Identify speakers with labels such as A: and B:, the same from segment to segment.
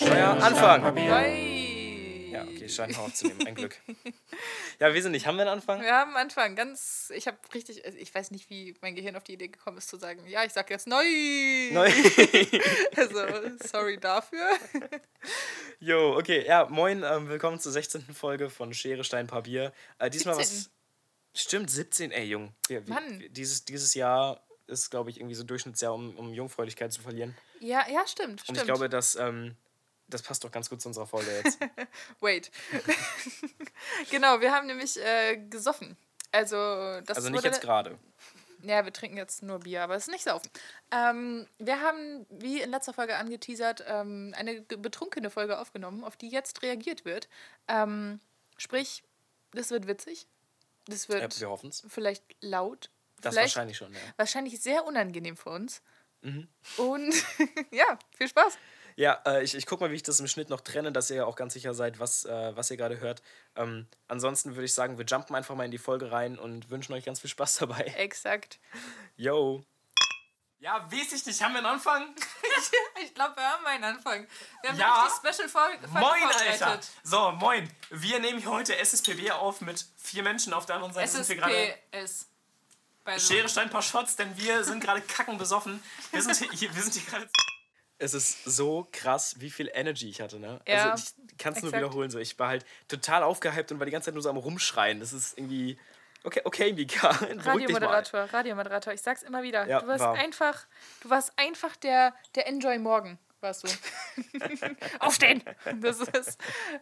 A: Neuer Anfang.
B: Oi.
A: Ja, okay, scheint noch aufzunehmen. Ein Glück. Ja, wir sind nicht. Haben wir einen Anfang?
B: Wir haben am Anfang ganz, ich habe richtig, also ich weiß nicht, wie mein Gehirn auf die Idee gekommen ist zu sagen, ja, ich sag jetzt neu.
A: Neu.
B: Also, sorry dafür.
A: Jo, okay. Ja, moin. Ähm, willkommen zur 16. Folge von Schere, Stein, Papier. Äh, diesmal was.
B: 17..
A: Stimmt, 17. Ey, Jung. Wir, wir,
B: Mann.
A: Wir, dieses, dieses Jahr ist, glaube ich, irgendwie so Durchschnittsjahr, um, um Jungfräulichkeit zu verlieren.
B: Ja, ja, stimmt,
A: Und
B: stimmt.
A: ich glaube, dass. Ähm, das passt doch ganz gut zu unserer Folge jetzt.
B: Wait. genau, wir haben nämlich äh, gesoffen. Also, das
A: Also nicht
B: wurde
A: jetzt gerade.
B: Ja, wir trinken jetzt nur Bier, aber es ist nicht saufen. Ähm, wir haben, wie in letzter Folge angeteasert, ähm, eine ge- betrunkene Folge aufgenommen, auf die jetzt reagiert wird. Ähm, sprich, das wird witzig. Das
A: Ja,
B: wird
A: Äh, wir hoffen es.
B: vielleicht laut.
A: Das
B: vielleicht
A: wahrscheinlich schon, ja. Mhm.
B: wahrscheinlich sehr unangenehm für uns. Und ja, viel Spaß.
A: Ja, äh, ich, ich guck mal, wie ich das im Schnitt noch trenne, dass ihr ja auch ganz sicher seid, was, äh, was ihr gerade hört. Ähm, ansonsten würde ich sagen, wir jumpen einfach mal in die Folge rein und wünschen euch ganz viel Spaß dabei.
B: Exakt.
A: Yo! Ja, weiß ich nicht, haben wir einen Anfang?
B: Ich glaube, wir haben einen Anfang. Wir haben
A: Ja.
B: richtig Special-Folge
A: Moin, Alter! So, moin! Wir nehmen hier heute SSPB auf mit vier Menschen. Auf der anderen Seite sind wir gerade
B: SSPS. By the way.
A: Schere, Stein, paar Shots, denn wir sind gerade kacken besoffen. Wir sind hier, hier, wir sind hier gerade... Es ist so krass, wie viel Energy ich hatte, ne?
B: Ja,
A: also ich kann es nur
B: exakt.
A: wiederholen. So. Ich war halt total aufgehypt und war die ganze Zeit nur so am Rumschreien. Das ist irgendwie... Okay, okay, Mika, beruhig dich mal.
B: Radiomoderator, Radiomoderator, ich sag's immer wieder.
A: Ja,
B: du warst
A: war.
B: einfach, du warst einfach der, der Enjoy Morgan, warst du. Aufstehen! Das ist,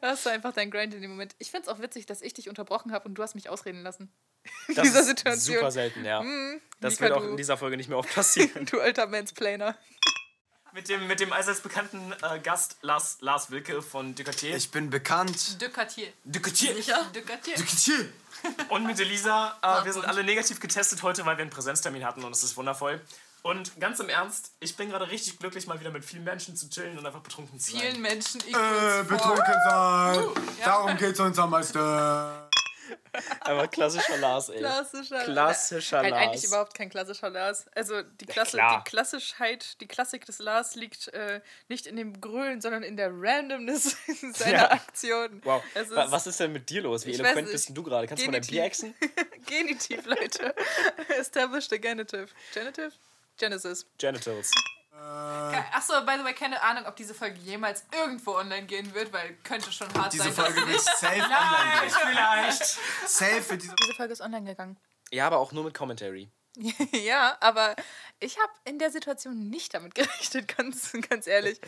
B: das war einfach dein Grind in dem Moment. Ich find's auch witzig, dass ich dich unterbrochen habe und du hast mich ausreden lassen. In
A: Das
B: dieser
A: ist
B: Situation. Mhm,
A: super selten, ja. das
B: Mika,
A: wird auch
B: du-
A: in dieser Folge nicht mehr oft passieren.
B: Du alter Mansplainer.
A: mit, dem, mit dem allseits bekannten äh, Gast Lars, Lars Wilke von Ducatier.
C: Ich bin bekannt.
B: De Cartier.
A: Ducatier!
B: De Cartier.
A: Und mit Elisa, äh, wir sind alle negativ getestet heute, weil wir einen Präsenztermin hatten und es ist wundervoll. Und ganz im Ernst, ich bin gerade richtig glücklich, mal wieder mit vielen Menschen zu chillen und einfach betrunken zu sein.
B: Vielen Menschen. Ich
C: Äh, betrunken sein. Darum geht's uns am meisten.
A: Aber klassischer Lars, ey.
B: Klassischer,
A: Klassischer
B: Nein,
A: Lars.
B: Eigentlich überhaupt kein klassischer Lars. Also die, Klasse,
A: klar.
B: die Klassischheit, die Klassik des Lars liegt äh, nicht in dem Grölen, sondern in der Randomness seiner
A: Ja.
B: Aktionen.
A: Wow.
B: Es ist
A: Wa- Was ist denn mit dir los? Wie
B: Ich weiß
A: eloquent
B: nicht.
A: bist denn du gerade? Kannst du mal dein
B: Genitiv.
A: Bier exen?
B: Genitiv, Leute. Established a Genitive. Genitive? Genesis.
A: Genitals.
B: Achso, by the way, keine Ahnung, ob diese Folge jemals irgendwo online gehen wird, weil könnte schon hart
C: Diese Folge wird safe online gehen.
A: Vielleicht.
C: Safe für diese
B: Diese Folge ist online gegangen.
A: Ja, aber auch nur mit Commentary.
B: ja, aber ich habe in der Situation nicht damit gerechnet, ganz, ganz ehrlich.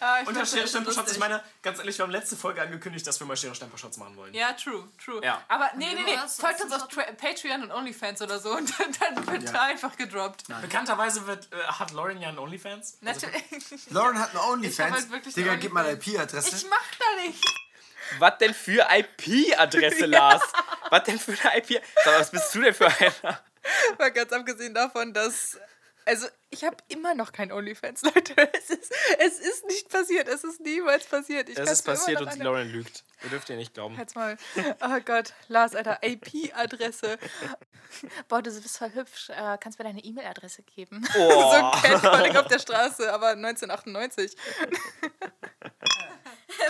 B: Ah, ich
A: Unter
B: fand
A: Schere
B: das
A: Stamper Shots,
B: lustig.
A: ich meine, ganz ehrlich, wir haben letzte Folge angekündigt, dass wir mal Schere Stamper Shots machen wollen.
B: Ja, true, true.
A: Ja.
B: Aber nee, nee, nee.
D: Ja, das-
B: Folgt
D: das
B: uns auf Tra Patreon und OnlyFans oder so und dann, dann wird da einfach gedroppt.
A: Bekannterweise wird, äh, hat Lauren ja einen Onlyfans.
B: Natürlich.
C: Lauren hat einen
B: hab
C: Onlyfans.
B: halt wirklich
C: Digga,
B: eine
C: gib mal
B: Onlyfans.
C: IP-Adresse.
B: Ich mach da nicht.
A: Was denn für IP-Adresse, Lars? Was denn für eine IP? Sag mal, Was bist du denn für einer?
B: Mal ganz abgesehen davon, dass. Also, ich habe immer noch kein OnlyFans, Leute. Es ist, es ist nicht passiert. Es ist niemals passiert. Ich
A: Es ist
B: kann's mir
A: passiert
B: immer noch
A: und die
B: an-
A: Lauren lügt. Ihr dürft ihr nicht glauben.
B: Halt's mal. Oh Gott, Lars, Alter, IP-Adresse. Boah, du bist voll hübsch. Äh, kannst mir deine E-Mail-Adresse geben?
A: Oh.
B: so ein Catcalling auf der Straße, aber 1998.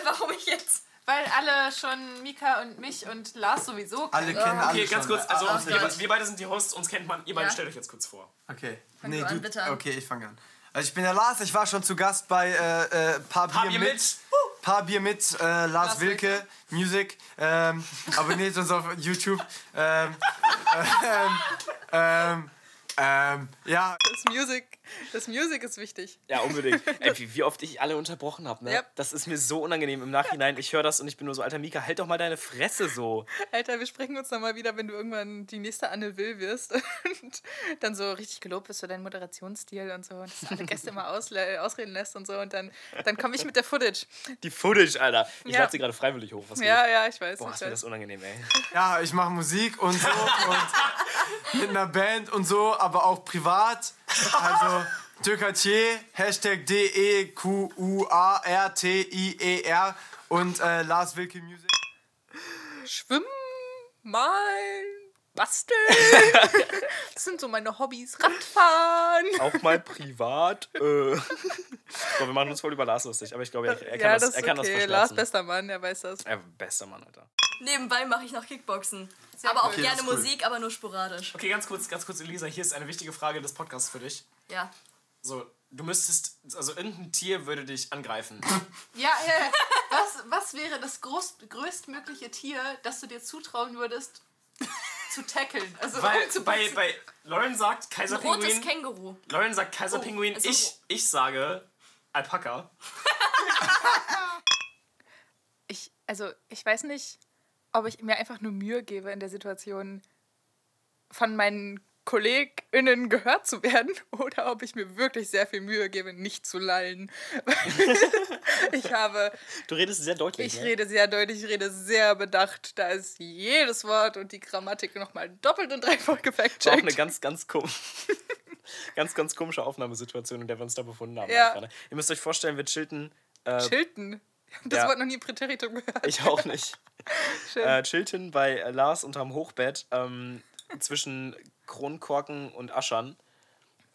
D: Warum ich jetzt?
B: Weil alle schon Mika und mich und Lars sowieso
C: Alle kennen alle
A: Okay, ganz
C: schon.
A: kurz, also
C: Ah,
A: wir,
C: okay.
A: be- wir beide sind die Hosts, uns kennt man, ihr beide
D: Ja.
A: stellt euch jetzt kurz vor.
C: Okay. Nee,
D: du an,
C: du,
D: bitte an.
C: Okay, ich fange an. Also ich bin der Lars, ich war schon zu Gast bei äh, äh, Paar Bier,
A: Hab ihr
C: mit.
A: mit?
C: Paar Bier mit, äh, Lars, Wilke, Music. Ähm, abonniert uns auf YouTube. Ähm, ähm, ähm, ähm, ja,
B: Das Music, das Music ist wichtig.
A: Ja, unbedingt. Ey, wie, wie oft ich alle unterbrochen habe, ne?
B: Ja.
A: Das ist mir so unangenehm im Nachhinein. Ich höre das und ich bin nur so, alter Mika, halt doch mal deine Fresse so.
B: Alter, wir sprechen uns nochmal wieder, wenn du irgendwann die nächste Anne Will wirst und dann so richtig gelobt bist für deinen Moderationsstil und so und dass du alle Gäste mal ausle- ausreden lässt und so und dann, dann komme ich mit der Footage.
A: Die Footage, Alter. Ich
B: Ja.
A: lade sie gerade freiwillig hoch. Was
B: Ja, ja, ich weiß.
A: Boah,
B: ich
A: ist mir das
B: weiß.
A: unangenehm, ey.
C: Ja, ich mache Musik und so und mit einer Band und so, aber auch privat. Also Dökartier, Hashtag E D-E-Q-U-A-R-T-I-E-R E und äh, Lars Wilke Music.
B: Schwimmen, malen, basteln. das sind so meine Hobbys. Radfahren.
A: Auch mal privat. Äh. Boah, So, wir machen uns voll über Lars lustig, aber ich glaube, er, er kann,
B: ja,
A: das,
B: das
A: er
B: ist
A: kann
B: okay.
A: das
B: Lars,
A: verschmerzen.
B: bester Mann, er weiß das.
A: er, bester Mann, Alter.
D: Nebenbei mache ich noch Kickboxen. aber auch
C: cool.
D: gerne
C: Okay, das ist cool.
D: Musik, aber nur sporadisch.
A: Okay, ganz kurz, ganz kurz, Elisa, hier ist eine wichtige Frage des Podcasts für dich.
D: Ja.
A: So, du müsstest, also irgendein Tier würde dich angreifen.
B: Ja, äh, was, was wäre das groß, größtmögliche Tier, das du dir zutrauen würdest, zu tackeln? Also
A: Weil bei,
B: umzuboxen?
A: bei Lauren sagt
D: Ein rotes
A: Kaiserpinguin.
D: Känguru.
A: Lauren sagt Kaiserpinguin.
D: Oh,
B: also
D: es
A: ich,
D: ist-
A: ich sage Alpaka.
B: ich, also ich weiß nicht, ob ich mir einfach nur Mühe gebe, in der Situation von meinen KollegInnen gehört zu werden oder ob ich mir wirklich sehr viel Mühe gebe, nicht zu lallen. ich habe,
A: Du redest sehr deutlich.
B: ich
A: ne?
B: rede sehr deutlich, ich rede sehr bedacht. Da ist jedes Wort und die Grammatik nochmal doppelt und dreifach
A: War auch eine
B: gefact-checkt.
A: ganz, ganz komische, ganz, ganz komische Aufnahmesituation, in der wir uns da befunden haben.
B: Ja.
A: einfach, ne? Ihr müsst euch vorstellen, wir chillten. Äh,
B: Chilten. Ich habe das
A: Ja.
B: Wort noch nie im Präteritum gehört.
A: ich auch nicht.
B: Schön.
A: äh, chillten bei äh, Lars unterm Hochbett ähm, zwischen Kronkorken und Aschern.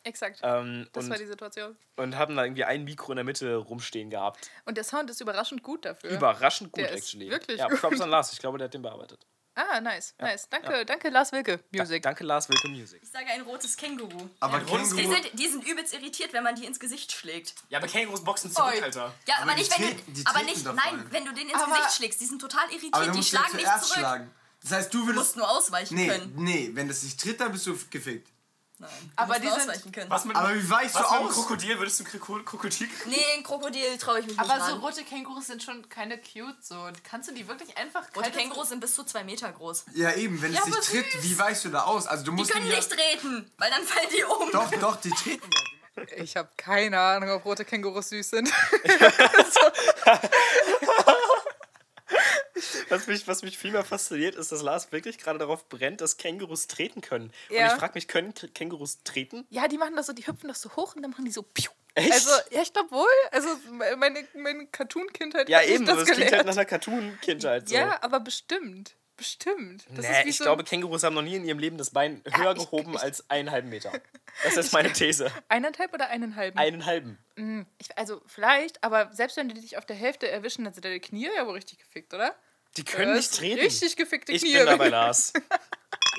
B: Exakt.
A: Ähm,
B: das
A: und,
B: war die Situation.
A: und haben da irgendwie ein Mikro in der Mitte rumstehen gehabt.
B: Und der Sound ist überraschend gut dafür.
A: Überraschend gut,
B: Der ist
A: actually.
B: wirklich
A: ja,
B: gut.
A: Props an Lars. Ich glaube, der hat den bearbeitet.
B: Ah, nice, nice. Danke, danke, Lars Wilke.
A: Da-
B: Music.
A: Danke, Lars. Willkommen Music.
D: Ich sage ein rotes Känguru.
C: Aber
A: rotes
D: Die
C: Känguru,
D: sind, die sind übelst irritiert, wenn man die ins Gesicht schlägt.
A: Ja, aber Kängurus boxen zurück,
B: Oi.
A: Alter.
D: Ja,
C: Aber
D: aber,
C: die
D: nicht, wenn
C: treten- die
D: du. Aber
C: treten
D: nicht,
C: doch
D: nein,
C: rein.
D: wenn du denen ins
B: Aber-
D: Gesicht schlägst. Die sind total
C: aber du
D: irritiert, die
C: musst ja
D: schlagen nicht
C: zuerst
D: zurück.
C: schlagen. Das heißt, du
D: Du musst
C: würdest...
D: nur ausweichen
C: Nee,
D: können.
C: nee, wenn das dich tritt, dann bist du gefickt.
D: Nein, du
B: Aber
D: musst
B: die
D: nur
B: sind-
D: ausweichen können.
A: Was mit,
C: Aber wie weichst
A: was
C: du
A: mit einem
C: aus?
A: Krokodil? Würdest du ein Krokol- Krokodil kriegen?
D: Nee, ein Krokodil traue ich mich nicht
B: Aber so
D: ran.
B: rote Kängurus sind schon keine cute so. Kannst du die wirklich einfach
D: Rote
B: kalt-
D: Kängurus sind bis zu zwei Meter groß.
C: Ja, eben, wenn
B: Ja,
C: es dich
B: aber
C: tritt,
B: süß.
C: wie weichst du da aus? Also du
D: Die
C: musst
D: können
C: ihn ja-
D: nicht treten, weil dann fallen die um.
C: Doch, doch, die treten ja.
B: Ich habe keine Ahnung, ob rote Kängurus süß sind.
A: Was mich, was mich viel mehr fasziniert, ist, dass Lars wirklich gerade darauf brennt, dass Kängurus treten können.
B: Ja.
A: Und ich frage mich, können K- Kängurus treten?
B: Ja, die machen das so, die hüpfen doch so hoch und dann machen die so piu.
A: Echt?
B: Also, ja, ich glaube wohl. Also meine, meine Cartoon-Kindheit
A: Ja,
B: hat mich
A: eben, das, das klingt halt
B: gelehrt.
A: nach einer Cartoon-Kindheit. So.
B: Ja, aber bestimmt. Bestimmt. Das
A: nee,
B: ist wie
A: ich
B: so
A: glaube, Kängurus haben noch nie in ihrem Leben das Bein höher
B: ich-
A: gehoben als eineinhalb Meter. Das ist meine These.
B: eineinhalb oder eineinhalb.
A: Eineinhalben.
B: Ich, also vielleicht, aber selbst wenn die dich auf der Hälfte erwischen, dann sind deine Knie ja wohl richtig gefickt, oder?
A: Die können
B: Das
A: nicht
B: sind
A: treten.
B: Richtig gefickte
A: ich
B: Knie.
A: bin dabei, Lars.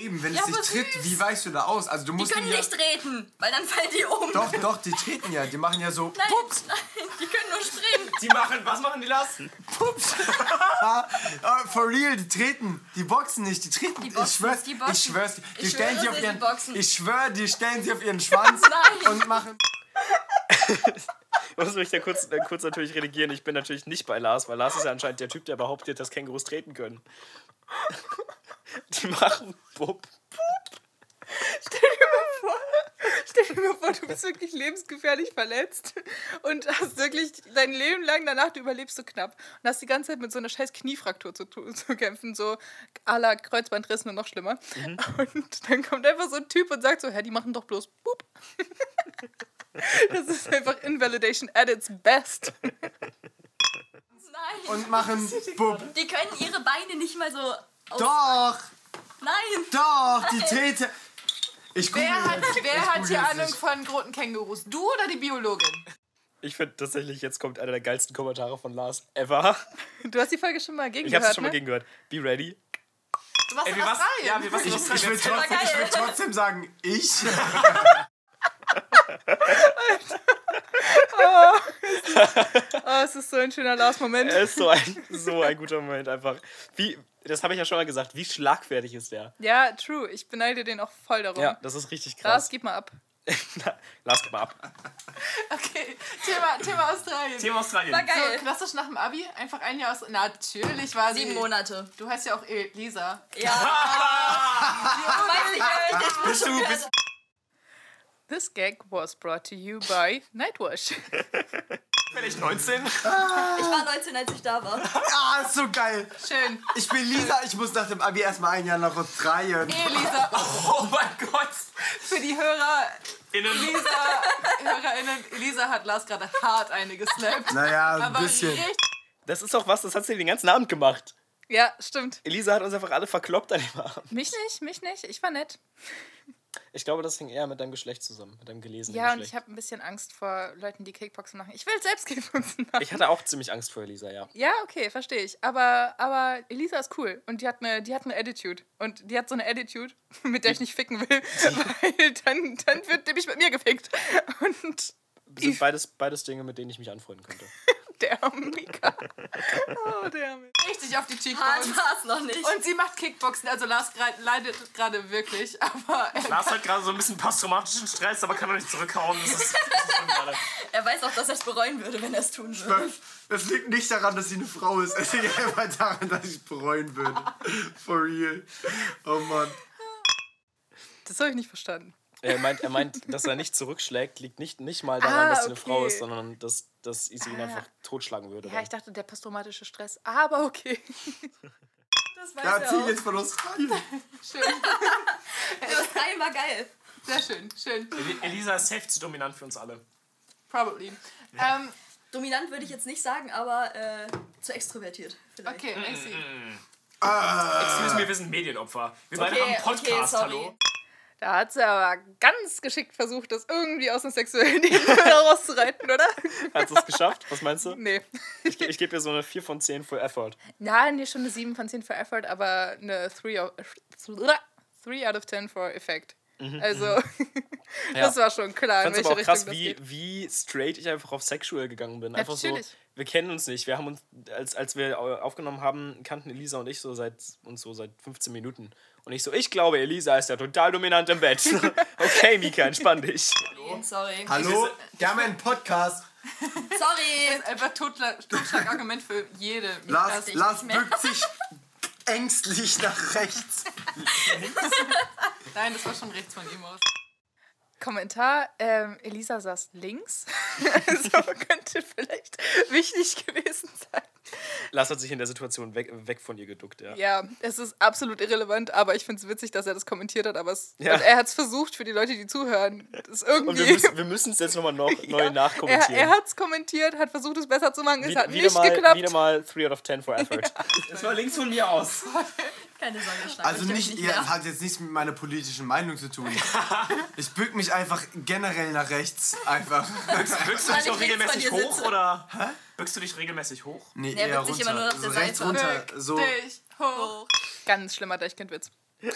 C: Eben, wenn
B: Ja,
C: es dich
B: aber
C: tritt, wie weichst du da aus? Also du
D: Die
C: musst
D: können
C: ihn ja...
D: nicht treten, weil dann fallen die um.
C: Doch, doch, die treten ja. Die machen ja so...
D: Nein, nein, die können nur springen.
A: Die machen, was machen die Lars?
C: Ah, for real, die treten. Die boxen nicht, die treten.
D: Die boxen,
C: ich schwör's,
D: die boxen.
C: ich schwör's. Die
D: Ich
C: stellen
D: schwöre,
C: sich auf
D: sie
C: ihren...
D: boxen.
C: Ich schwör, die stellen sich auf ihren Schwanz
D: Nein.
C: und machen...
A: Ich muss mich da kurz, äh, kurz natürlich redigieren. Ich bin natürlich nicht bei Lars, weil Lars ist ja anscheinend der Typ, der behauptet, dass Kängurus treten können. Die machen Bub.
B: Stell dir mal vor, stell dir mal vor, du bist wirklich lebensgefährlich verletzt und hast wirklich dein Leben lang danach, du überlebst so knapp und hast die ganze Zeit mit so einer scheiß Kniefraktur zu, tu- zu kämpfen, so à la Kreuzbandriss nur noch schlimmer.
A: Mhm.
B: Und dann kommt einfach so ein Typ und sagt so, hä, die machen doch bloß Boop. Das ist einfach Invalidation at its best.
D: Nein.
C: Und machen... Bub.
D: die können ihre Beine nicht mal so aus.
C: Doch,
D: Nein.
C: doch, die treten... Ich gucke
B: Also, wer
C: hat hier Ahnung
B: von roten Kängurus? Du oder die Biologin?
A: Ich finde tatsächlich, jetzt kommt einer der geilsten Kommentare von Lars ever.
B: Du hast die Folge schon mal
A: Ich habe
B: gegengehört,
A: es schon mal
B: ne?
A: gegen gehört. Be ready.
B: Du warst
A: Ey,
B: in
A: wir was-
B: Australien.
A: ja, wir was-
C: Ich,
A: was-
C: ich, will
D: war
C: trotzdem, ich will
D: geil.
C: trotzdem sagen, ich...
B: Oh, es ist so ein schöner Lars-Moment.
A: Er ist Äh, so ein, so ein guter Moment einfach. Wie, das habe ich ja schon mal gesagt. Wie schlagfertig ist der?
B: Ja, true. Ich beneide den auch voll darum.
A: Ja, das ist richtig
B: Lars,
A: krass.
B: gib mal ab.
A: Lars, gib mal ab.
B: Okay, Thema, Thema Australien.
A: Thema
D: War
A: Australien.
D: geil.
B: klassisch nach dem Abi, einfach ein Jahr aus. Natürlich war
D: Sieben Monate.
B: Du heißt ja auch Elisa.
D: Ja. Weiß nicht, wer ich das
A: Bist du, bist,
B: This gag was brought to you by Nightwash.
A: bin ich 19?
D: Ich war 19, als ich da war.
C: Ah, ist so geil.
B: Schön.
C: Ich bin Lisa, ich muss nach dem Abi erstmal ein Jahr nach Australien.
B: Elisa,
A: Oh mein Gott.
B: für die Hörer,
A: Innen.
B: Elisa, HörerInnen, Elisa hat Lars gerade hart eine geslappt.
C: Naja, ein bisschen.
A: Das ist auch was, das hat sie den ganzen Abend gemacht.
B: Ja, stimmt.
A: Elisa hat uns einfach alle verkloppt an dem Abend.
B: Mich nicht, mich nicht. Ich war nett.
A: Ich glaube, das hing eher mit deinem Geschlecht zusammen, mit deinem gelesenen
B: Ja, und
A: Geschlecht.
B: ich habe ein bisschen Angst vor Leuten, die Kickboxen machen. Ich will selbst Kickboxen machen.
A: ich hatte auch ziemlich Angst vor Elisa, ja.
B: Ja, okay, verstehe ich. Aber, aber Elisa ist cool und die hat eine, die hat eine Attitude. Und die hat so eine Attitude, mit der ich nicht ficken will, weil dann, dann wird nämlich mit mir gefickt. Und
A: Das sind beides, beides Dinge, mit denen ich mich anfreunden könnte.
B: der Mika. Oh, der Mika. Richtig auf die
D: Hart war es noch nicht.
B: Und sie macht Kickboxen, also Lars grad- leidet gerade wirklich, aber äh,
A: Lars hat gerade so ein bisschen posttraumatischen Stress, aber kann doch nicht zurückhauen. Das ist, das ist schlimm gerade.
D: er weiß auch, dass er es bereuen würde, wenn er es tun würde.
C: Das liegt nicht daran, dass sie eine Frau ist. Es liegt einfach daran, dass ich bereuen würde. For real. Oh Mann.
B: das habe ich nicht verstanden.
A: Er meint, er meint, dass er nicht zurückschlägt, liegt nicht, nicht mal daran,
B: Ah,
A: dass sie eine
B: okay.
A: Frau ist, sondern dass, dass Isi ihn
B: Ah.
A: einfach totschlagen würde.
B: Ja, ich dachte, der posttraumatische Stress, aber okay.
D: Das weiß
C: Ja, zieh
D: er auch. Also,
C: jetzt von Australien.
B: Schön,
D: Das war immer geil.
B: sehr schön, schön.
A: Eli- Elisa ist safe zu dominant für uns alle.
B: Probably. Ähm,
D: Dominant würde ich jetzt nicht sagen, aber äh, zu extrovertiert. Vielleicht.
B: okay, I see.
A: Excuse me, wir sind Medienopfer. Wir beide
D: Okay,
A: haben einen
D: okay,
A: Podcast,
D: sorry.
A: hallo.
B: Da hat sie aber ganz geschickt versucht, das irgendwie aus dem sexuellen Ebene rauszureiten, oder?
A: Hast du es geschafft? Was meinst du?
B: Nee.
A: Ich, ge- ich gebe dir so eine 4 von 10 für Effort.
B: Ja, nee, schon eine 7 von 10 für Effort, aber eine 3 out, 3 out of 10 für Effekt. Also, das war schon klar,
A: Ich
B: in
A: Mhm, fand's
B: welche
A: aber auch
B: Richtung
A: krass,
B: das
A: wie,
B: geht.
A: wie straight ich einfach auf sexual gegangen bin. Einfach
B: Natürlich.
A: so, wir kennen uns nicht. Wir haben uns, als, als wir au- aufgenommen haben, kannten Elisa und ich so seit uns so seit 15 Minuten. Und ich so, ich glaube, Elisa ist ja total dominant im Bett. okay, Mika, entspann dich.
D: Nee, Sorry.
C: Hallo? Wir haben einen Podcast.
D: Sorry.
B: Einfach Totschlagargument für jede.
C: Lars,
D: ich
C: Lars
D: nicht mehr.
C: bückt sich ängstlich nach rechts.
B: Nein, das war schon rechts von ihm aus. Kommentar, ähm, Elisa saß links. also könnte vielleicht wichtig gewesen sein.
A: Lars hat sich in der Situation weg, weg von ihr geduckt, ja.
B: Ja, es ist absolut irrelevant, aber ich finde es witzig, dass er das kommentiert hat. Aber es,
A: Ja.
B: Und er hat es versucht für die Leute, die zuhören. Das ist irgendwie.
A: Und wir müssen wir müssen es jetzt nochmal noch, neu
B: er
A: nachkommentieren.
B: er hat es kommentiert, hat versucht, es besser zu machen.
A: Wie-
B: es hat
A: wieder,
B: nicht
A: mal,
B: geklappt.
A: wieder mal 3 out of 10 for effort. Das war links von mir aus.
D: Keine Sorge, ich
C: Also
D: euch
C: nicht,
D: mehr.
C: ihr hat jetzt nichts mit meiner politischen Meinung zu tun. Ich bück mich einfach generell nach rechts. Einfach.
A: Bückst du dich
D: Weil
A: auch
D: ich links von
A: regelmäßig
D: dir
A: hoch
D: sitze.
A: oder? Bückst du dich regelmäßig hoch?
C: Nee,
D: Der
C: eher
D: bückt sich immer nur
C: runter.
D: auf
C: So
D: der
C: rechts
D: Seite.
C: runter. So.
B: Dich hoch. Ganz schlimmer Deichkindwitz.